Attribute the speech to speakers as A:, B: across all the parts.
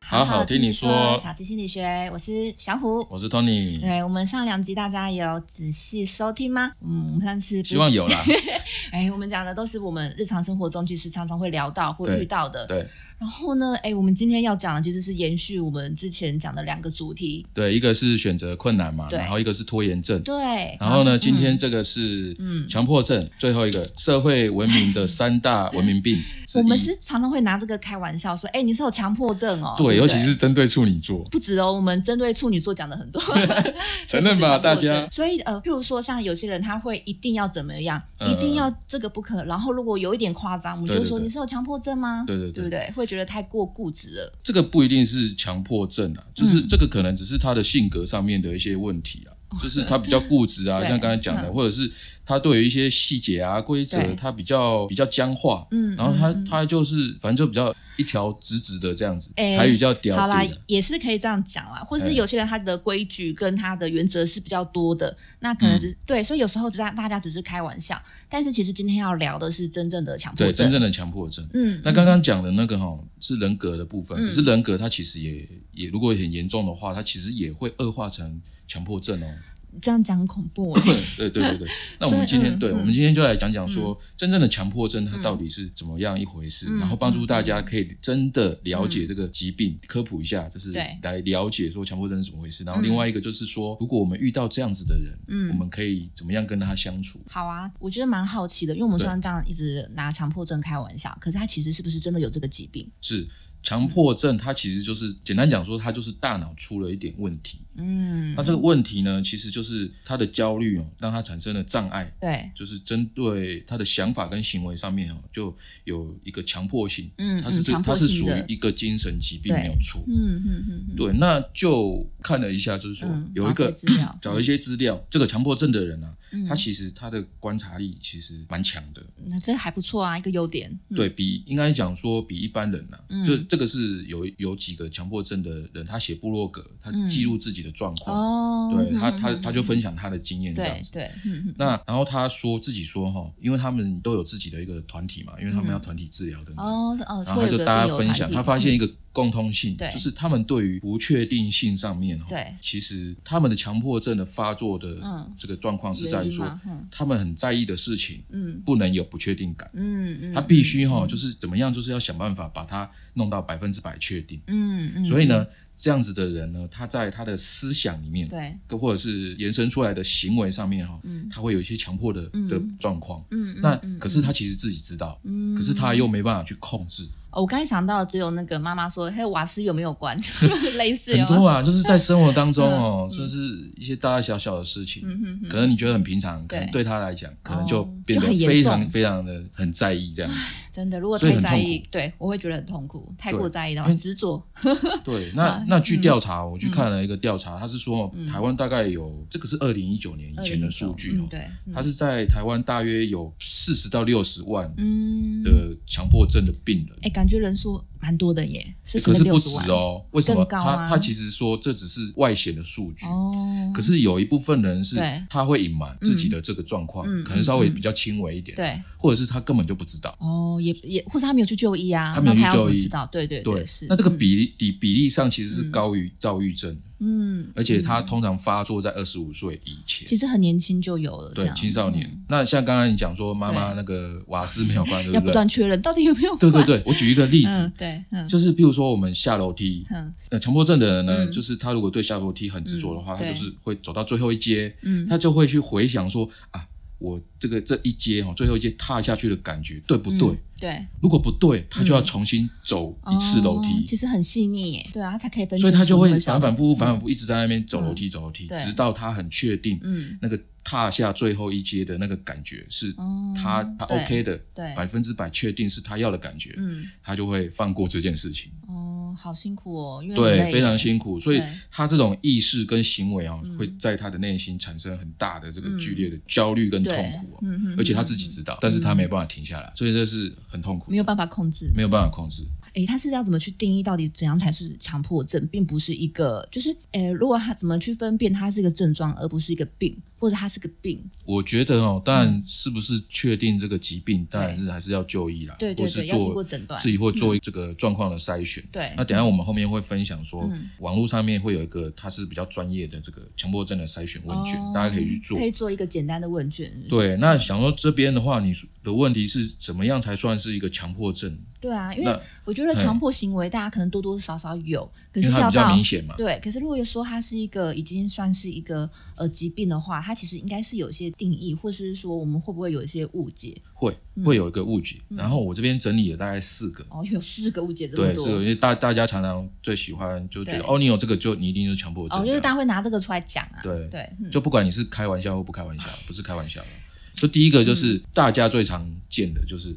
A: 好好听你说
B: 小鸡心理学，我是小虎。
A: 我是 Tony，
B: 对，我们上两集大家有仔细收听吗？嗯，我们上次不
A: 希望有 啦。
B: 哎，我们讲的都是我们日常生活中其实常常会聊到或
A: 对
B: 遇到的。
A: 对
B: 然后呢，哎，我们今天要讲的其实是延续我们之前讲的两个主题。
A: 对，一个是选择困难嘛，
B: 对
A: 然后一个是拖延症，
B: 对，
A: 然后呢，
B: 嗯
A: 今天这个是
B: 嗯
A: 强迫症，最后一个社会文明的三大文 明病之
B: 我
A: 一。
B: 们是常常会拿这个开玩笑说，哎，你是有强迫症哦。
A: 对，
B: 不
A: 尤其是针对处女座，
B: 不止哦，我们针对处女座讲的很 多，
A: 承认吧，大
B: 所以
A: 家。
B: 所以呃，譬如说像有些人他会一定要怎么样，
A: 嗯
B: 一定要这个不可，然后如果有一点夸张，我们就
A: 对
B: 会
A: 对
B: 说
A: 对
B: 你是有强迫症吗？
A: 对对对
B: 对不对？会觉得太过固执了。
A: 这个不一定是强迫症啊，就是
B: 嗯
A: 这个可能只是他的性格上面的一些问题啊，就是他比较固执啊，
B: 哦 对
A: 像刚才讲的，
B: 嗯
A: 或者是他对于一些细节啊、规则，
B: 对
A: 他比较比较僵化，
B: 嗯
A: 然后他
B: 嗯嗯
A: 他就是反正就比较一条直直的这样子，
B: 哎
A: 台语叫屌
B: 好啦
A: 对啊，
B: 也是可以这样讲啦，或
A: 哎
B: 是有些人他的规矩跟他的原则是比较多的，那可能
A: 嗯
B: 只是、对，所以有时候只大大家只是开玩笑，但是其实今天要聊的是真正的强迫
A: 对，
B: 症。
A: 真正的强迫症。
B: 嗯，
A: 那刚刚讲的那个哈、是人格的部分，
B: 嗯
A: 可是人格它其实也也如果很严重的话，它其实也会恶化成强迫症哦。
B: 嗯这样讲很恐怖、 欸。
A: 对对 对对，那我
B: 所
A: 们
B: 以
A: 今天、
B: 嗯
A: 对，我们今天就来讲讲说，真正的强迫症它到底是怎么样一回事，
B: 嗯
A: 然后帮助大家可以真的了解这个疾病，科普一下，就是
B: 对
A: 来了解说强迫症是怎么回事。然后另外一个就是说，如果我们遇到这样子的人，
B: 嗯
A: 我们可以怎么样跟他相处？
B: 好啊，我觉得蛮好奇的，因为我们
A: 对
B: 虽然这样一直拿强迫症开玩笑，可是他其实是不是真的有这个疾病？
A: 是强迫症，它其实就是简单讲说，它就是大脑出了一点问题。
B: 嗯
A: 那，这个问题呢，其实就是他的焦虑哦，让他产生了障碍。
B: 对，
A: 就是针对他的想法跟行为上面哦，就有一个强迫性，
B: 嗯
A: 它是这
B: 嗯强
A: 它
B: 迫
A: 是
B: 性
A: 属于
B: 的
A: 一个精神疾病
B: 对
A: 没有错。
B: 嗯嗯嗯嗯，
A: 对，那就看了一下，就是说、
B: 嗯
A: 有一个
B: 找一些资料
A: 找一些资料，这个强迫症的人啊，
B: 嗯
A: 他其实他的观察力其实蛮强的，
B: 那这还不错啊，一个优点。嗯，
A: 对比应该讲说比一般人呐、啊，
B: 嗯
A: 就这个是有有几个强迫症的人，他写部落格，他
B: 嗯
A: 记录自己的状况，
B: 哦，
A: 对他
B: 嗯
A: 他
B: 嗯
A: 他就分享他的经验这样
B: 对
A: 子。
B: 对，嗯嗯
A: 那然后他说自己说哈，因为他们都有自己的一个团体嘛，因为他们要团体治疗的。
B: 嗯哦哦，
A: 然后
B: 会
A: 他
B: 有
A: 就
B: 个
A: 大
B: 队
A: 家
B: 友
A: 分
B: 团
A: 享，
B: 体嗯
A: 他发现一个共通性，
B: 对
A: 就是他们对于不确定性上面哈
B: 对，
A: 其实他们的强迫症的发作的
B: 嗯
A: 这个状况是在
B: 原
A: 于
B: 因
A: 说
B: 嘛，嗯
A: 他们很在意的事情
B: 嗯
A: 不能有不确定感，
B: 嗯嗯，
A: 他必须哈就是怎么样，就是要想办法把它弄到百分之百确定。
B: 嗯嗯，
A: 所以呢，这样子的人呢，他在他的思想里面，
B: 对，
A: 或者是延伸出来的行为上面哈、
B: 嗯
A: 他会有一些强迫的、
B: 嗯
A: 的状况。
B: 嗯
A: 那、
B: 嗯嗯
A: 可是他其实自己知道，
B: 嗯，
A: 可是他又没办法去控制。
B: 哦，我刚才想到只有那个妈妈说，嘿，瓦斯有没有关？ 就是类似
A: 很
B: 有
A: 多啊，就是在生活当中哦，就是一些大大小小的事情，
B: 嗯哼哼
A: 可能你觉得很平常，可
B: 对
A: 能对他来讲，可能就
B: 哦
A: 变得
B: 就很严
A: 非常
B: 重
A: 非常的很在意这样子。
B: 真的，如果
A: 所以
B: 太
A: 很
B: 在
A: 痛
B: 意，对我会觉得很痛苦，太
A: 对
B: 过在意的
A: 因
B: 话，
A: 为
B: 执着，
A: 对，
B: 啊嗯
A: 那那据调查，我去看了一个调查，他是说台湾大概有这个是二零一九年以前的数据
B: 嗯
A: 哦，
B: 对，嗯
A: 他是在台湾大约有四十到六十万
B: 嗯，
A: 的强迫症的病人。欸
B: 哎，感觉人数蛮多的耶，是
A: 可是不
B: 六
A: 止
B: 十万
A: 哦，为什么？
B: 更高
A: 他
B: 啊
A: 他其实说这只是外显的数据，
B: 哦，
A: 可是有一部分人是
B: 对
A: 他会隐瞒自己的这个状况，
B: 嗯
A: 可能稍微比较轻微一点，
B: 对，
A: 或者是他根本就不知道。
B: 哦，也也，或者他没有去就医啊，
A: 他没有去
B: 那要
A: 就
B: 怎么
A: 医
B: 知道，对对
A: 对
B: 是。，
A: 那这个
B: 嗯
A: 比例比比例上其实是高于躁郁症，
B: 嗯，
A: 而且它通常发作在二十五岁以前。
B: 其实很年轻就有了，这
A: 对
B: 样嗯
A: 青少年。那像刚刚你讲说妈妈那个瓦斯没有 关，对
B: 要
A: 不
B: 不
A: 对
B: 断？确认到底有没有
A: 对对
B: 关，
A: 对，我举一个例
B: 嗯
A: 子，
B: 对，嗯
A: 就是譬如说我们下楼梯，
B: 嗯
A: 呃，强迫症的人呢，
B: 嗯
A: 就是他如果对下楼梯很执着的话，
B: 嗯
A: 他就
B: 对
A: 是会走到最后一阶，
B: 嗯
A: 他就会去回想说啊，我这个这一阶哦哈，最后一阶踏下去的感觉对不对？
B: 嗯对，
A: 如果不对，他就要重新走一次楼
B: 哦
A: 梯，
B: 其实很细腻耶，对啊，他才可以分清楚
A: 所
B: 那个
A: 以他
B: 小的，
A: 就会反反复复、反反复复一直在那边走
B: 嗯
A: 楼梯、走楼梯，
B: 对
A: 直到他很确定
B: 嗯
A: 那个踏下最后一阶的那个感觉是
B: 哦
A: 他他
B: 对
A: OK 的，
B: 对，
A: 百分之百确定是他要的感觉，
B: 嗯
A: 他就会放过这件事情。
B: 哦，好辛苦哦，因为很
A: 对，
B: 累
A: 非常
B: 耶
A: 辛苦，所以
B: 对嗯
A: 他这种意识跟行为啊，会在他的内心产生很大的这个剧烈的焦虑跟痛
B: 对
A: 苦啊，
B: 嗯嗯嗯
A: 而且他自己知道，但是他没办法停下来，所以这是很痛苦的，
B: 没有办法控制，
A: 没有办法控制。
B: 诶，它是要怎么去定义到底怎样才是强迫症，并不是一个就是诶，如果它怎么去分辨它是一个症状，而不是一个病，或者它是个病，
A: 我觉得
B: 嗯
A: 哦，但是不是确定这个疾病，当然是还是要就医啦，
B: 对对
A: 或是
B: 对，要经过
A: 做
B: 诊断嗯
A: 自，己会做这个状况的筛选。
B: 对
A: 那等一下我们后面会分享说
B: 嗯，
A: 网络上面会有一个它是比较专业的这个强迫症的筛选问卷，
B: 哦
A: 大家可以去做
B: 可。以做一个简单的问卷，是不是
A: 对，那想说这边的话，你的问题是怎么样才算是一个强迫症？
B: 对啊，因
A: 那
B: 为我觉得
A: 嘿
B: 强迫行为大家可能多多少少有，可
A: 因
B: 是
A: 为它
B: 要
A: 比较
B: 到
A: 明显嘛。
B: 对，可是如果说它是一个已经算是一个呃疾病的话，它其实应该是有一些定义，或是说我们会不会有一些误解？
A: 会会有一个误解。然后我这边整理了大概四个，
B: 嗯哦，有四个误解这么
A: 对，四
B: 多，
A: 个，因为大大家常常最喜欢就觉得
B: 对
A: 哦，你有这个就你一定是强迫症
B: 哦，
A: 这
B: 就
A: 样，
B: 是大家会拿这个出来讲啊，
A: 对
B: 对，嗯
A: 就不管你是开玩笑或不开玩笑，不是开玩笑的。就第一个就是
B: 嗯
A: 大家最常见的就是，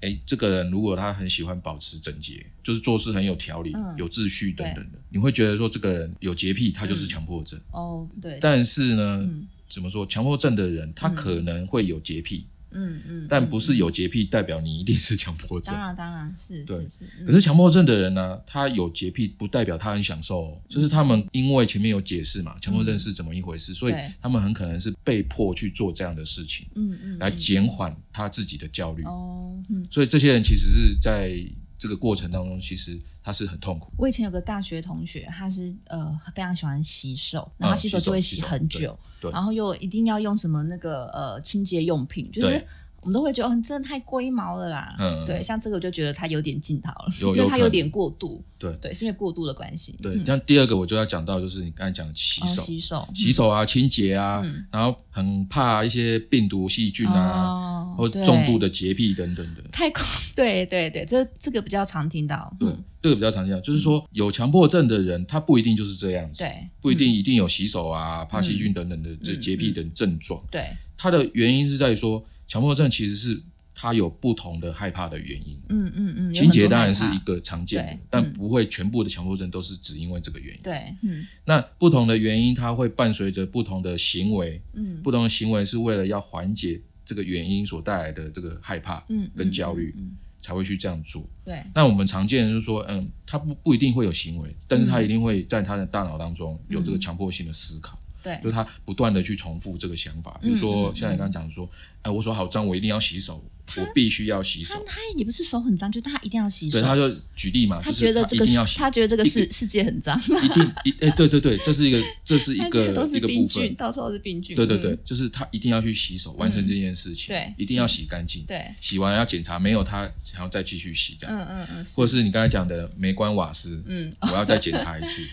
A: 哎，这个人如果他很喜欢保持整洁，就是做事很有条理
B: 嗯、
A: 有秩序等等的，你会觉得说这个人有洁癖，他就是强迫症。
B: 哦，对，
A: 但是呢
B: 嗯，
A: 怎么说？强迫症的人他可能会有洁癖，
B: 嗯嗯，
A: 但
B: 嗯
A: 不是有洁癖代表你一定是强迫症
B: 当。然当然是
A: 对
B: 是是，嗯
A: 可是强迫症的人呢，他有洁癖不代表他很享受、哦，就是他们因为前面有解释嘛，强迫症是怎么一回事，所以
B: 嗯对
A: 他们很可能是被迫去做这样的事情，
B: 嗯嗯，
A: 来减缓他自己的焦虑。
B: 哦，嗯，
A: 所以这些人其实是在这个过程当中，其实他是很痛苦。
B: 我以前有个大学同学，他是呃非常喜欢洗手，然后洗手就会
A: 啊洗
B: 洗
A: 手
B: 很久，
A: 对对
B: 然后又一定要用什么那个呃清洁用品，就是
A: 对
B: 我们都会觉得哦，你真的太龟毛了啦。
A: 嗯
B: 对，像这个我就觉得他有点劲头了，
A: 有
B: 因为
A: 有
B: 他
A: 可
B: 有
A: 能
B: 点过度，
A: 对
B: 对，是因为过度的关系。
A: 对，
B: 嗯
A: 像第二个我就要讲到，就是你刚才讲的洗
B: 哦
A: 手、
B: 洗手，
A: 洗手啊、清洁啊，
B: 嗯
A: 然后很怕一些病毒、细菌啊，
B: 哦
A: 或
B: 对
A: 重度的洁癖等等的。
B: 太过， 对对对，这这个比较常听到。
A: 对
B: 嗯，
A: 这个比较常见的，就是说有强迫症的人，他不一定就是这样子，
B: 对嗯
A: 不一定一定有洗手啊、怕细菌等等的这洁癖等症状。
B: 对，
A: 它的原因是在于说，强迫症其实是它有不同的害怕的原因。
B: 嗯嗯嗯，有
A: 情节
B: 很多
A: 当然
B: 害
A: 是
B: 怕
A: 一个常见的
B: 对，
A: 但
B: 嗯
A: 不会全部的强迫症都是只因为这个原因。
B: 对，嗯
A: 那不同的原因，它会伴随着不同的行为，
B: 嗯
A: 不同的行为是为了要缓解这个原因所带来的这个害怕
B: 嗯，
A: 跟
B: 嗯
A: 焦虑，
B: 嗯嗯
A: 才会去这样做。
B: 对，
A: 那我们常见的就是说，嗯，他不不一定会有行为，但是
B: 嗯
A: 他一定会在他的大脑当中有这个强迫性的思考，
B: 对，
A: 就是他不断的去重复这个想法。比
B: 嗯
A: 如说，
B: 嗯
A: 像你刚刚讲说，哎，我手好脏，我一定要洗手，我必须要洗
B: 他
A: 手。
B: 他也不是手很脏，就是他一定要洗手。
A: 对，他就举例嘛，
B: 他
A: 就是
B: 觉得
A: 一
B: 这个
A: 定要
B: 世，
A: 洗，
B: 他觉得这个
A: 一
B: 世世界很脏，
A: 一定一哎，对对对，这是一个这是 一
B: 他觉得
A: 个
B: 都是
A: 一个
B: 病
A: 部
B: 菌，
A: 分，
B: 到处都是病菌。
A: 对对
B: 嗯
A: 对，就是他一定要去洗手，完成这件事情，
B: 对
A: 一定要洗干净，
B: 对，
A: 洗完要检查没有他，然后再继续洗这样。
B: 嗯嗯嗯，是
A: 或者是你刚才讲的没关瓦斯，
B: 嗯，
A: 我要再检查一 次。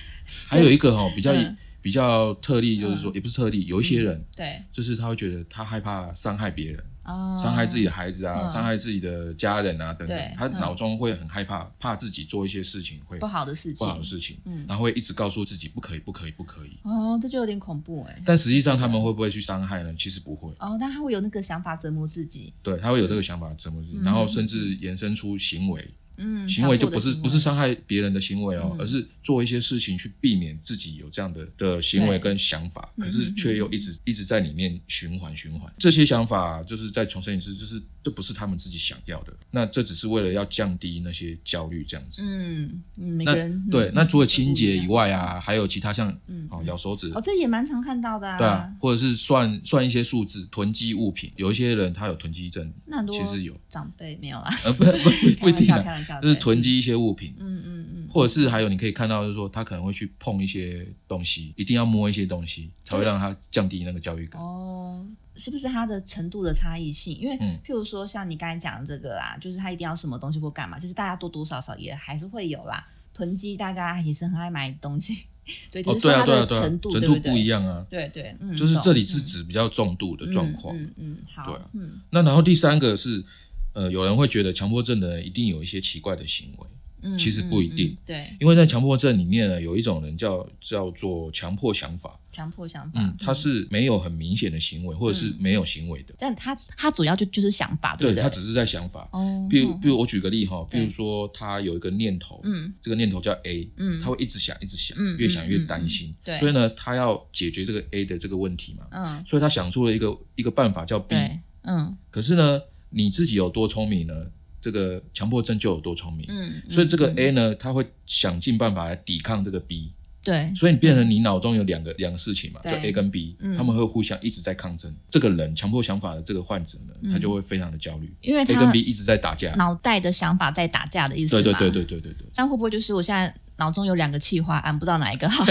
A: 还有一个哦，比较、
B: 嗯
A: 比较特例，就是说、也不是特例，有一些人、
B: 对
A: 就是他会觉得他害怕伤害别人，
B: 啊，
A: 伤害自己的孩子啊，
B: 嗯
A: 伤害自己的家人啊等等
B: 对，
A: 他
B: 嗯
A: 脑中会很害怕，怕自己做一些事情会
B: 不好的事情，
A: 不好的事情，
B: 嗯
A: 然后会一直告诉自己不可以，不可以，不可以。
B: 哦，这就有点恐怖哎。
A: 但实际上他们会不会去伤害呢？其实不会，
B: 哦，但他会有那个想法折磨自己，
A: 对他会有这个想法折磨自己，然后甚至延伸出行为，
B: 嗯，
A: 行为
B: 强
A: 就
B: 迫的
A: 不是
B: 行
A: 不是伤害别人的行为哦，
B: 嗯
A: 而是做一些事情去避免自己有这样的的行
B: 对
A: 为跟想法，
B: 嗯
A: 可是却又一直一直在里面循环循环。这些想法就是在重申一次，就是这不是他们自己想要的，那这只是为了要降低那些焦虑这样子。
B: 嗯嗯，每
A: 那
B: 个人
A: 对
B: 嗯，
A: 那除
B: 都不
A: 了
B: 一
A: 清洁
B: 样
A: 以外啊，还有其他像
B: 嗯
A: 哦咬手指
B: 哦，。这也蛮常看到的
A: 对啊，，或者是算算一些数字，囤积物品。有一些人他有囤积症，
B: 那很多
A: 其实有，
B: 长辈没有啦，
A: 呃， 不不不 不一定
B: 开玩笑，
A: 啊，
B: 开玩笑，
A: 就是
B: 对
A: 囤，积一些物品。
B: 嗯嗯嗯，
A: 或者是还有你可以看到，就是说他可能会去碰一些东西，一定要摸一些东西，才会让他降低那个焦虑感。
B: 哦，是不是它的程度的差异性？因为
A: 嗯
B: 譬如说像你刚才讲的这个啊，就是他一定要什么东西或干嘛，其实大家多多少少也还是会有啦。囤积大家也是很爱买东西， 对，只
A: 哦，
B: 是
A: 对
B: 说
A: 啊，
B: 它
A: 对啊，
B: 的
A: 对啊，程
B: 程度、对
A: 不一样啊，
B: 对对对，嗯，
A: 就是
B: 懂
A: 这里是指比较重度的状况。
B: 嗯嗯嗯，好，
A: 对啊
B: 嗯
A: 那然后第三个是，呃，有人会觉得强迫症的人一定有一些奇怪的行为，
B: 嗯，
A: 其实不一定
B: 嗯嗯对，
A: 因为在强迫症里面呢，有一种人叫叫做强迫想法，
B: 强迫想法，
A: 嗯，他是没有很明显的行为，或者是没有行为的，
B: 但他他主要就就是想法，
A: 对
B: 不对？
A: 他只是在想法。
B: 哦，
A: 比如，
B: 嗯
A: 比如我举个例哈，比
B: 对
A: 如说他有一个念头，
B: 嗯
A: 这个念头叫 A，
B: 嗯
A: 他会一直想，一直想，
B: 嗯
A: 越想越担
B: 嗯
A: 心
B: 嗯嗯。对
A: 所以呢，他要解决这个 A 的这个问题嘛，
B: 嗯，
A: 所以他想出了一个一个办法叫 B。
B: 对，嗯
A: 可是呢，你自己有多聪明呢？这个强迫症就有多聪明。
B: 嗯，
A: 所以这个
B: 嗯
A: A 呢，他会想尽办法来抵抗这个 B，
B: 对
A: 所以你变成你脑中有两个两个事情嘛，就
B: 对
A: A 跟 B，
B: 嗯
A: 他们会互相一直在抗争。这个人强迫想法的这个患者呢，他就会非常的焦虑
B: 因为
A: ，A 跟
B: 嗯他
A: B 一直在打架。
B: 脑袋的想法在打架的意思
A: 对
B: 嘛。
A: 对对对对对对，
B: 但会不会就是我现在脑中有两个气划案，不知道哪一个 好，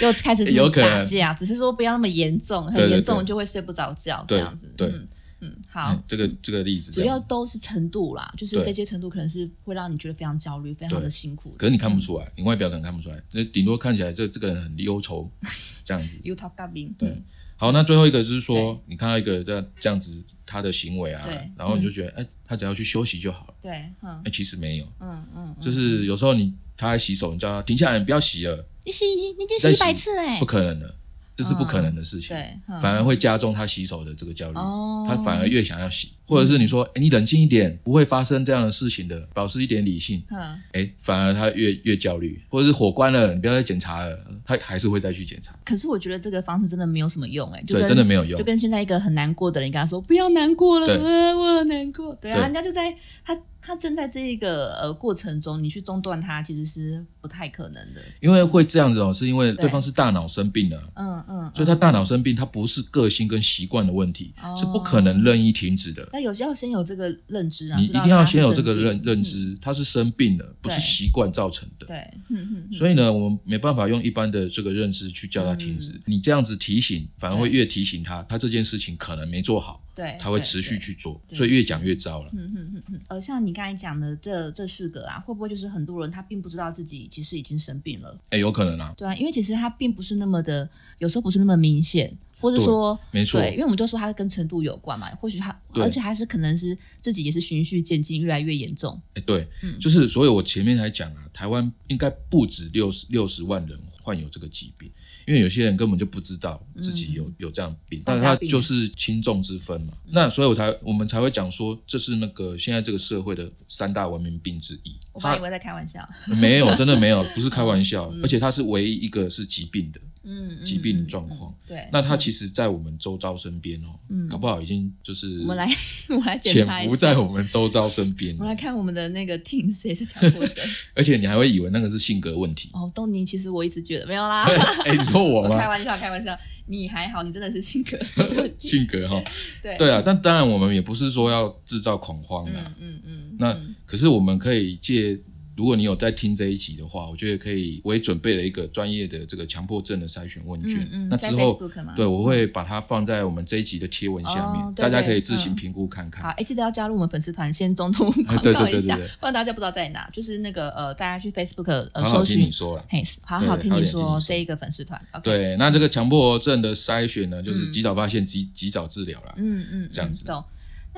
B: 又开始
A: 有可能
B: 打架，只是说不要那么严重，
A: 对
B: 很
A: 对
B: 严重
A: 对
B: 就会睡不着觉这
A: 对
B: 样子。
A: 对
B: 嗯嗯，好。
A: 嗯这个这个例子
B: 主
A: 这
B: 要
A: 样，
B: 都是程度啦，就是
A: 对
B: 这些程度可能是会让你觉得非常焦虑、非常的辛苦的。
A: 可是你看不出来，你外表可能看不
B: 嗯
A: 出来，那顶多看起来这这个人很忧愁 这样子。
B: You talk g a b i n
A: 对，好，那最后一个就是说，你看到一个这样这样子他的行为啊
B: 对，
A: 然后你就觉得，哎，他只要去休息就好了。
B: 对，嗯
A: 哎，其实没有，
B: 嗯嗯，
A: 就是有时候你他在洗手，你叫他停下来，你不要洗了，
B: 你洗已经你已经
A: 在
B: 洗一
A: 洗
B: 百次嘞
A: 不，可能的，这是不可能的事情。
B: 对，嗯
A: 反而会加重他洗手的这个焦虑，
B: 哦
A: 他反而越想要洗，或者是你说，哎、你冷静一点，不会发生这样的事情的，保持一点理性，
B: 嗯
A: 哎、反而他越越焦虑，或者是火关了，你不要再检查了，他还是会再去检查，
B: 可是我觉得这个方式真的没有什么用哎，就
A: 对，
B: 跟
A: 真的没有用
B: 就，跟现在一个很难过的人跟他说不要难过了，
A: 对
B: 呃我很难过，对啊，
A: 对
B: 人家就在他他正在这一个呃过程中，你去中断他其实是不太可能的，
A: 因为会这样子哦，是因为
B: 对
A: 对方是大脑生病了。
B: 嗯嗯，
A: 所以
B: 嗯
A: 他大脑生病，他不是个性跟习惯的问题，
B: 哦
A: 是不可能任意停止的。
B: 那有要先有这个认知啊，
A: 你
B: 知
A: 一
B: 道
A: 定要
B: 他是
A: 先有这个
B: 生病嗯
A: 认认，知，他是生病了，不是
B: 对
A: 习惯造成的
B: 嗯。对，嗯嗯，
A: 所以呢，我们没办法用一般的这个认知去叫他停
B: 嗯
A: 止。你这样子提醒，反而会越提醒他，他这件事情可能没做好，
B: 对，
A: 他会
B: 对
A: 持续
B: 对
A: 去做，
B: 对
A: 所以越讲越糟了。
B: 嗯嗯嗯嗯，呃，像你刚才讲的这这四个啊，会不会就是很多人他并不知道自己其实已经生病了？
A: 哎，有可能啊，
B: 对啊，因为其实他并不是那么的，有时候不是那么明显，或者
A: 对
B: 说
A: 没错
B: 对，因为我们就说它跟程度有关嘛，或许他，
A: 对
B: 而且还是可能是自己也是循序渐进，越来越严重。
A: 哎，对，
B: 嗯
A: 就是所以我前面才讲啊，台湾应该不止六十六十万人患有这个疾病，因为有些人根本就不知道自己有、有这样病，
B: 大
A: 但
B: 家
A: 他
B: 嗯病嗯
A: 就是轻重之分嘛。那所以我才我们才会讲说，这是那个现在这个社会的三大文明病之一。
B: 我
A: 它
B: 本来以为在开玩笑，
A: 没有，真的 没有，不是开玩笑，而且它是唯一一个是疾病的。
B: 嗯嗯，嗯
A: 疾病
B: 嗯
A: 状况
B: 嗯对，
A: 那它其实，在我们周遭身边哦，
B: 嗯
A: 搞不好已经就是
B: 我们来我来检
A: 潜
B: 查一
A: 伏
B: 下
A: 在，我们周遭身边
B: 我们来
A: 了，
B: 看我们的那个 team 谁是强迫 症。。
A: 而且你还会以为那个是性格问题
B: 哦，东尼，其实我一直觉得没有啦，
A: 哎，你说我
B: 我开
A: 吗？
B: 玩笑，开玩笑，你还好，你真的是性 格有问题。
A: 性格哈，
B: 对
A: 对啊，但当然我们也不是说要制造恐慌
B: 嗯
A: 啦。
B: 嗯嗯，
A: 那
B: 嗯
A: 可是我们可以借，如果你有在听这一集的话，我觉得可以，我也准备了一个专业的这个强迫症的筛选问卷
B: 嗯，嗯
A: 那
B: 在
A: 之后
B: Facebook 吗
A: 对我会把它放在我们这一集的贴文下
B: 哦
A: 面，
B: 对
A: 大家
B: 对
A: 可以自行
B: 嗯
A: 评估看看
B: 好，。哎，记得要加入我们粉丝团，先中途广
A: 啊对对
B: 告
A: 对
B: 一下，
A: 对对
B: 不然大家不知道在哪。就是那个呃，大家去 Facebook 呃
A: 好好
B: 搜
A: 听你
B: 寻，
A: 说了。
B: 嘿，好好
A: 对
B: 听
A: 好
B: 你
A: 好听
B: 说
A: 你说
B: 这一个粉丝团。OK，
A: 对，那这个强迫症的筛选呢，就是
B: 嗯
A: 及早发现、及及早治疗啦。
B: 嗯嗯，
A: 这样
B: 嗯
A: 子
B: 懂。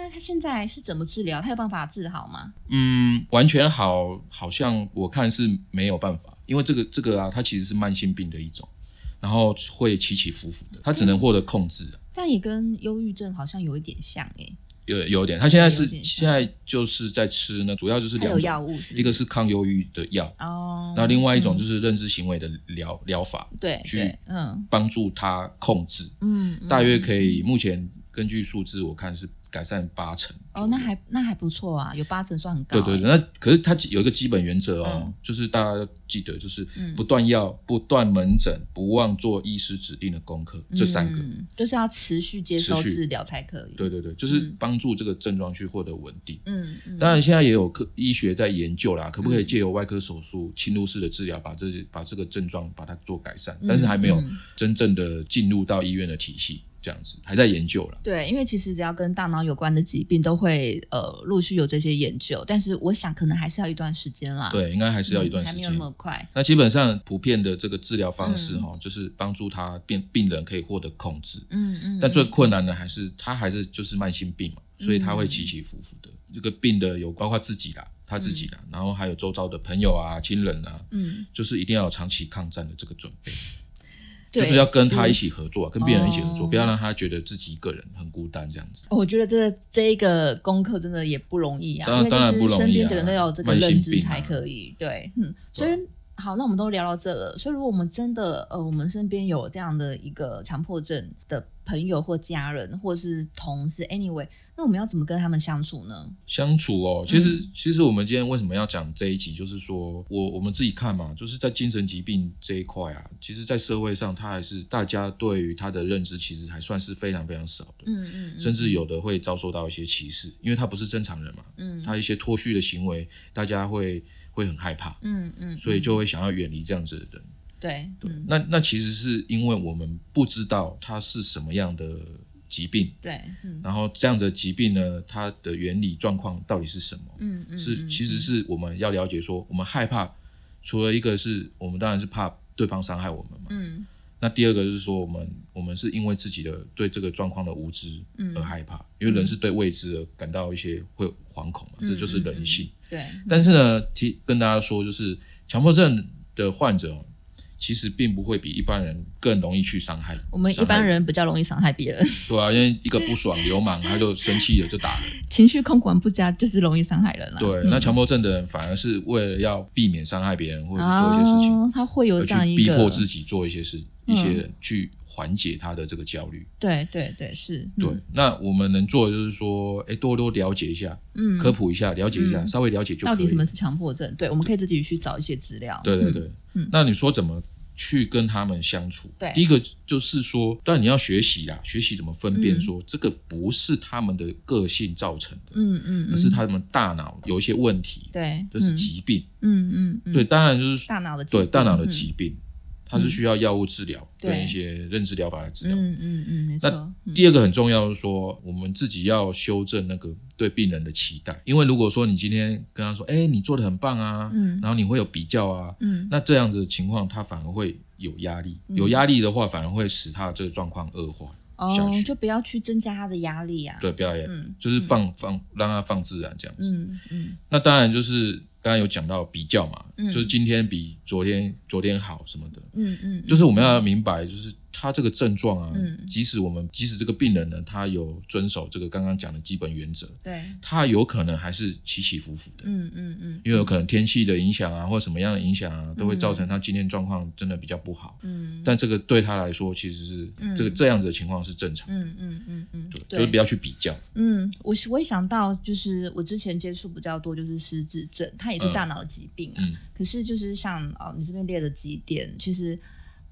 B: 那他现在是怎么治疗？他有办法治好吗？
A: 嗯，完全好，好像我看是没有办法，因为这个这个啊，它其实是慢性病的一种，然后会起起伏伏的，它只能获得控制。啊
B: 这样也跟忧郁症好像有一点像诶、
A: 有有点，它现在
B: 有
A: 是
B: 点像
A: 现在就是在吃呢，主要就是
B: 它
A: 两
B: 有
A: 种，
B: 药物是不是
A: 一个是抗忧郁的药，
B: 哦，
A: 那另外一种就是认知行为的疗疗法，
B: 对
A: 去
B: 对，嗯
A: 帮助他控制，
B: 嗯，嗯
A: 大约可以，目前根据数字我看是改善八成左右。
B: 哦，那还那还不错啊，有八成算很高、
A: 对对
B: 诶
A: 对，那可是它有一个基本原则哦，
B: 嗯
A: 就是大家要记得，就是
B: 嗯
A: 不断药、不断门诊、不忘做医师指定的功课，这三个。
B: 嗯、就是要持续接
A: 持
B: 受
A: 续
B: 治疗才可以。
A: 对对对，就是帮助这个症状去获得稳定。
B: 嗯嗯，
A: 当然，现在也有科医学在研究啦，可不可以借由外科手术、侵入式的治疗，把这些把这个症状把它做改善？但是还没有
B: 嗯
A: 真正的进入到医院的体系，这样子还在研究啦。
B: 对，因为其实只要跟大脑有关的疾病，都会呃陆续有这些研究，但是我想可能还是要一段时间啦。嗯，
A: 对，应该还是要一段时
B: 还没有
A: 间
B: 那。么嗯快。
A: 那基本上普遍的这个治疗方式哈、就是帮助他病病人可以获得控制。
B: 嗯嗯，
A: 但最困难的还是他还是就是慢性病嘛，所以他会起起伏伏的。这个病的有包括自己啦，他自己啦，然后还有周遭的朋友啊、亲人啊，
B: 嗯，
A: 就是一定要有长期抗战的这个准备，
B: 对
A: 就是要跟他一起合作啊、跟病人一起合作，
B: 哦
A: 不要让他觉得自己一个人很孤单这样子。
B: 我觉得这这一个功课真的也不容易啊，
A: 当
B: 因
A: 然
B: 为就
A: 当然不
B: 是
A: 容易
B: 身
A: 啊
B: 边的人都要有这个
A: 慢性
B: 认知
A: 病啊
B: 才可以。对，嗯，所以。好，那我们都聊到这了。所以，如果我们真的呃，我们身边有这样的一个强迫症的朋友或家人或是同事，anyway，那我们要怎么跟他们相处呢？
A: 相处
B: 嗯
A: 哦，其实、其实我们今天为什么要讲这一集，就是说我我们自己看嘛，就是在精神疾病这一块啊，其实，在社会上，它还是大家对于它的认知，其实还算是非常非常少的，
B: 嗯嗯嗯
A: 甚至有的会遭受到一些歧视，因为他不是正常人嘛，
B: 嗯
A: 他一些脱序的行为，大家会会很害怕，
B: 嗯嗯，
A: 所以就会想要远离这样子的人。
B: 对，
A: 对，
B: 嗯
A: 那那其实是因为我们不知道它是什么样的疾病，
B: 对，嗯
A: 然后这样的疾病呢，它的原理状况到底是什么？
B: 嗯嗯，
A: 是
B: 嗯
A: 其实是我们要了解说，我们害怕，除了一个是我们当然是怕对方伤害我们嘛，
B: 嗯
A: 那第二个就是说我们我们是因为自己的对这个状况的无知
B: 嗯
A: 而害怕，因为人是对未知而感到一些会惶恐嘛，
B: 嗯
A: 这就是人性。
B: 对，
A: 但是呢，提跟大家说，就是强迫症的患者哦其实并不会比一般人更容易去伤害
B: 我们一
A: 伤
B: 般
A: 害
B: 人比较容易伤害别人，
A: 对啊，因为一个不爽流氓他就生气了就 打人。
B: 情绪控管不佳就是容易伤害人了。嗯
A: 对，啊那强迫症的人反而是为了要避免伤害别人或者是做一些事情，
B: 哦，他会有
A: 而
B: 这样
A: 去
B: 一
A: 逼
B: 个
A: 迫自己做一些事，
B: 嗯
A: 一些人去缓解他的这个焦虑。
B: 对对对，是，嗯
A: 对，那我们能做的就是说，哎，多多了解一下，
B: 嗯，嗯
A: 科普一下，了解一下，
B: 嗯
A: 稍微了解就
B: 到
A: 可以
B: 底什么
A: 了。
B: 是强迫症？对，我们可以自己去找一些资料。
A: 对对
B: 嗯，
A: 对，
B: 嗯
A: 那你说怎么去跟他们相处？
B: 对
A: 第一个就是说，但你要学习啦，学习怎么分辨
B: 嗯
A: 说、这个不是他们的个性造成的，
B: 嗯嗯，
A: 而是他们大脑有一些问题，
B: 对，
A: 这是
B: 嗯
A: 疾病。
B: 嗯嗯嗯，
A: 对，当然就是
B: 大脑的疾
A: 对
B: 病
A: 大脑的
B: 嗯
A: 疾病，它是需要药物治疗
B: 对
A: 跟一些认知疗法来治疗。
B: 嗯嗯嗯，没
A: 那
B: 错，嗯
A: 第二个很重要是说，我们自己要修正那个对病人的期待，因为如果说你今天跟他说，哎、你做的很棒啊，
B: 嗯
A: 然后你会有比较啊，
B: 嗯
A: 那这样子的情况他反而会有压力，
B: 嗯
A: 有压力的话反而会使他这个状况恶化，下
B: 哦
A: 去，
B: 就不要去增加他的压力啊。，
A: 对，不要也、
B: 嗯
A: 就是放放让他放自然这样子。
B: 嗯嗯
A: 那当然就是刚刚有讲到比较嘛，
B: 嗯
A: 就是今天比昨天昨天好什么的，
B: 嗯嗯，
A: 就是我们要明白，就是他这个症状啊，
B: 嗯
A: 即使我们即使这个病人呢，他有遵守这个刚刚讲的基本原则，
B: 对，
A: 他有可能还是起起伏伏的，
B: 嗯嗯嗯
A: 因为有可能天气的影响啊，或什么样的影响啊，都会造成他今天状况真的比较不好。
B: 嗯
A: 但这个对他来说，其实是、
B: 嗯
A: 这个这样子的情况是正常的，
B: 嗯嗯嗯嗯，
A: 对，
B: 对
A: 就是不要去比较，
B: 嗯，我是我也想到，就是我之前接触比较多，就是失智症，它也是大脑的疾病啊。
A: 嗯
B: 可是就是像哦，你这边列了几点，其实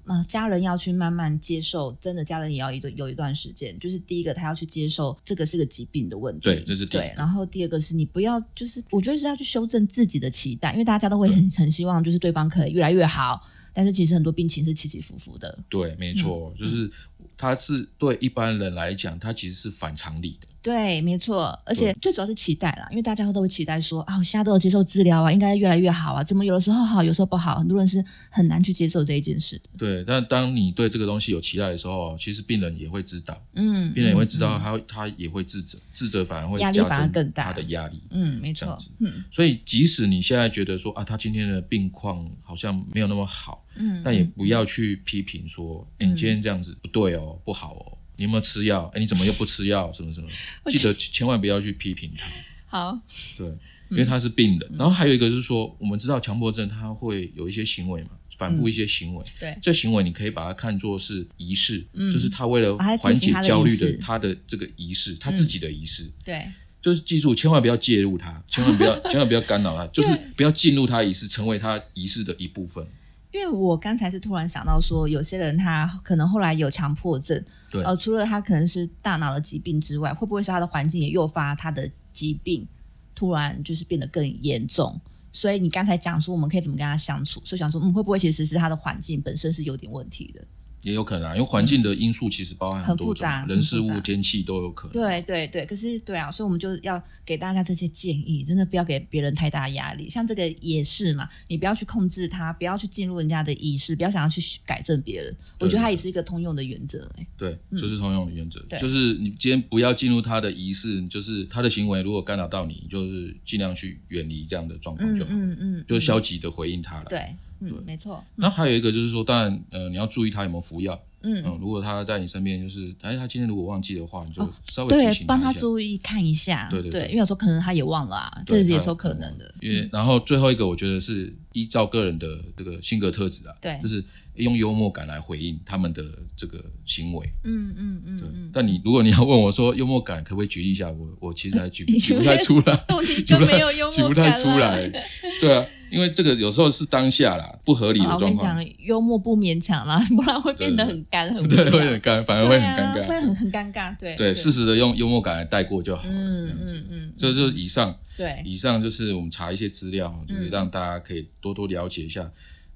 B: 啊、呃家人要去慢慢接受，真的家人也要一段有一段时间。就是第一个，他要去接受这个是个疾病的问题，
A: 对这是第一个
B: 对。然后第二个是你不要，就是我觉得是要去修正自己的期待，因为大家都会很很希望就是对方可以越来越好，但是其实很多病情是起起伏伏的。
A: 对，没
B: 嗯
A: 错，就是他是对一般人来讲，他其实是反常理的，
B: 对，没错，而且最主要是期待啦，因为大家都会期待说啊，我现在都有接受治疗啊，应该越来越好啊，怎么有的时候好，有时候不好，很多人是很难去接受这一件事的。
A: 对。但当你对这个东西有期待的时候，其实病人也会知道。
B: 嗯，
A: 病人也会
B: 嗯
A: 知道他，他也会自责，自责反而会
B: 压力
A: 加
B: 反而
A: 深
B: 更大
A: 他的压力。
B: 嗯，没
A: 这样
B: 错
A: 子，
B: 嗯
A: 所以，即使你现在觉得说啊，他今天的病况好像没有那么好，
B: 嗯，
A: 但也不要去批评说，哎、你今天这样子不对哦，不好哦，你有没有吃药？哎，你怎么又不吃药？ 什 么什么？记得千万不要去批评他，
B: 好，
A: 对，
B: 嗯
A: 因为他是病人。然后还有一个就是说，我们知道强迫症他会有一些行为嘛，反
B: 嗯
A: 复一些行为，
B: 对，
A: 这行为你可以把它看作是仪式，就是他为了
B: 啊他
A: 缓
B: 进行
A: 解
B: 他的
A: 焦虑
B: 仪
A: 的
B: 式嗯
A: 他的这个仪式，他自己的仪式，
B: 对，
A: 就是记住千万不要介入他，千万不要 千万不要干扰他，就是不要进入他仪式，成为他仪式的一部分。
B: 因为我刚才是突然想到说，有些人他可能后来有强迫症，
A: 对
B: 呃，除了他可能是大脑的疾病之外，会不会是他的环境也诱发他的疾病突然就是变得更严重？所以你刚才讲说我们可以怎么跟他相处，所以想说，嗯，会不会其实是他的环境本身是有点问题的？
A: 也有可能、啊，因为环境的因素其实包含
B: 很
A: 多
B: 复
A: 种
B: 杂，
A: 人事
B: 很复
A: 物、
B: 杂
A: 天气都有可能。
B: 对对对，可是对啊，所以我们就要给大家这些建议，真的不要给别人太大的压力。像这个也是嘛，你不要去控制他，不要去进入人家的意识，不要想要去改正别人。我
A: 对
B: 觉得
A: 对
B: 它也是一个通用的原则、欸。
A: 对，这、是通用的原则，
B: 对
A: 就是你今天不要进入他的仪式，就是他的行为如果干扰到你，你就是尽量去远离这样的状况就好，
B: 嗯嗯嗯，
A: 就是消极的回应他了。
B: 对，嗯，没错，
A: 那还有一个就是说，当然，呃，你要注意他有没有服药，
B: 嗯，
A: 嗯，如果他在你身边，就是，哎，他今天如果忘记的话，你就
B: 哦
A: 稍微提
B: 对，
A: 醒
B: 帮
A: 他
B: 他
A: 一下。
B: 注意看一下，
A: 对对对
B: 因为有时候可能他也忘了啊，这
A: 对
B: 也
A: 他
B: 是有可能的。
A: 因为然后最后一个，我觉得是依照个人的这个性格特质啊，
B: 对
A: 就是用幽默感来回应他们的这个行为。
B: 嗯嗯嗯
A: 对，
B: 嗯，
A: 但你如果你要问我说幽默感可不可以举例一下，我我其实还举 举不太出来，
B: 我已
A: 举
B: 经
A: 不
B: 没
A: 太
B: 有幽
A: 举
B: 默
A: 不
B: 感了。
A: 太出来。 对啊，因为这个有时候是当下啦，不合理
B: 好啦
A: 的
B: 我跟
A: 状
B: 你
A: 况，
B: 讲，幽默不勉强啦， 不然会变得很干， 很无
A: 对，会
B: 聊
A: 很尴，反而
B: 对
A: 会很
B: 啊
A: 尴尬。
B: 会很很尴尬，对
A: 对，适时的用幽默感来带过就好了，这
B: 嗯
A: 样子。
B: 嗯嗯，
A: 这就是以上，
B: 对，嗯
A: 以上就是我们查一些资料，就是让大家可以多多了解一下，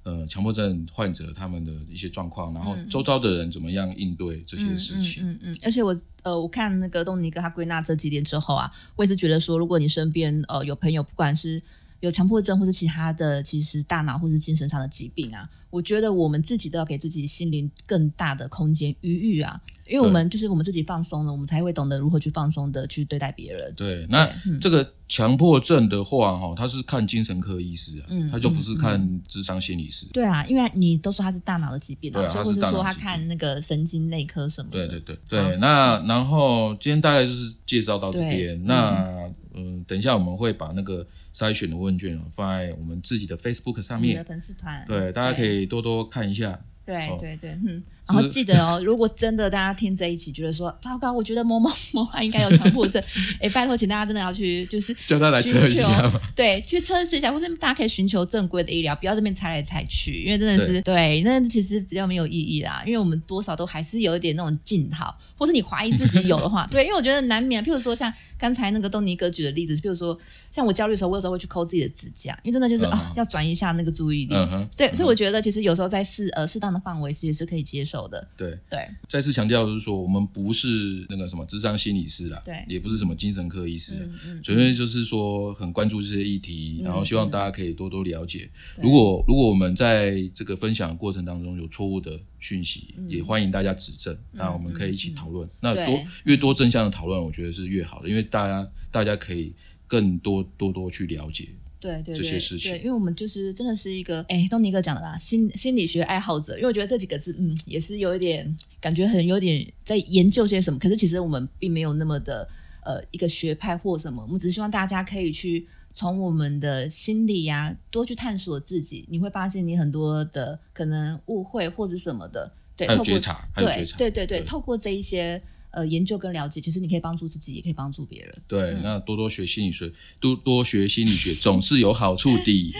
A: 呃，强迫症患者他们的一些状况，然后
B: 嗯
A: 周遭的人怎么样应对这些
B: 嗯
A: 事情。
B: 嗯嗯嗯，而且我呃，我看那个东尼哥他归纳这几点之后啊，我也是觉得说，如果你身边呃有朋友，不管是有强迫症或是其他的，其实大脑或是精神上的疾病啊，我觉得我们自己都要给自己心灵更大的空间余裕啊，因为我们就是我们自己放松了，我们才会懂得如何去放松的去对待别人。
A: 对，那
B: 嗯
A: 这个强迫症的话，哈，他是看精神科医师啊，
B: 嗯
A: 他就不是看智商心理师。
B: 对啊，因为你都说他是大脑的疾病
A: 对啊
B: 所以
A: 他
B: 或
A: 是
B: 是
A: 大脑
B: 说他
A: 疾病
B: 看那个神经内科什么
A: 对
B: 的。
A: 对对对，那然后今天大概就是介绍到这
B: 对
A: 边。那嗯，等一下我们会把那个筛选的问卷哦放在我们自己的 Facebook 上
B: 我们的
A: 面，
B: 粉丝团，啊
A: 对，大家可以多多看一下。
B: 对
A: 哦
B: 对对，嗯，然后记得哦，如果真的大家听这一期觉得说糟糕，我觉得某某某啊应该有强迫 症，哎，拜托，请大家真的要去就是
A: 叫他来测一下嘛，
B: 对去测试一下，或是大家可以寻求正规的医疗，不要这边猜来猜去，因为真的是对，那其实比较没有意义啦，因为我们多少都还是有一点那种镜头，或是你怀疑自己有的 话，对，因为我觉得难免，譬如说像刚才那个东尼哥举的例子，譬如说像我焦虑的时候，我有时候会去抠自己的指甲，因为真的就是
A: 嗯
B: 啊，要转移一下那个注意力，
A: 嗯哼，
B: 所以，所以我觉得其实有时候在适呃适当的范围其实是可以接受的。
A: 对。
B: 对
A: 再次强调就是说，我们不是那个什么智商心理师啦，
B: 对
A: 也不是什么精神科医师啊，
B: 嗯嗯
A: 纯粹就是说很关注这些议题，
B: 嗯
A: 然后希望大家可以多多了解。
B: 对
A: 如果如果我们在这个分享的过程当中有错误的讯息，
B: 嗯
A: 也欢迎大家指正，那我们可以一起讨论。那多
B: 对
A: 越多正向的讨论，我觉得是越好的，因为大家大家可以更多多多去了解。
B: 对对
A: 这些
B: 对
A: 事情
B: 对，因为我们就是真的是一个哎，东尼哥讲的啦，心心理学爱好者，因为我觉得这几个字嗯也是有一点感觉很有点在研究些什么，可是其实我们并没有那么的呃一个学派或什么，我们只是希望大家可以去从我们的心理呀、多去探索自己，你会发现你很多的可能误会或者什么的，对，
A: 还有
B: 透过
A: 觉察，还有觉察，
B: 对对对对，
A: 对
B: 透过这一些呃研究跟了解，其实你可以帮助自己，也可以帮助别人。
A: 对，那多多学心理学，多多学心理学总是有好处 的。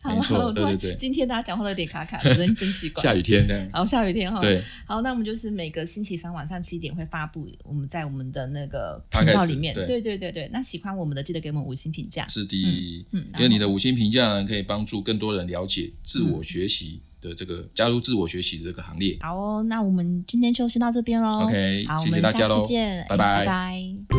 B: 好
A: 没
B: 了，
A: 错，
B: 我突
A: 对对
B: 然
A: 对，
B: 今天大家讲话都有点卡卡的，真真奇怪。
A: 下雨天呢，
B: 好，下雨天哈。
A: 对，
B: 好，那我们就是每个星期三晚上七点会发布我们在我们的那个
A: Podcast，
B: 频道里面。
A: 对
B: 对对对对，那喜欢我们的记得给我们五星评价。
A: 是的，
B: 嗯嗯
A: 因为你的五星评价呢，可以帮助更多人了解自我学习的这个、加入自我学习的这个行列。
B: 好哦，那我们今天就先到这边喽。
A: OK，
B: 好，
A: 谢谢
B: 我们
A: 大
B: 下
A: 家
B: 次
A: 喽
B: 见，
A: 拜
B: 哎
A: 拜
B: 拜拜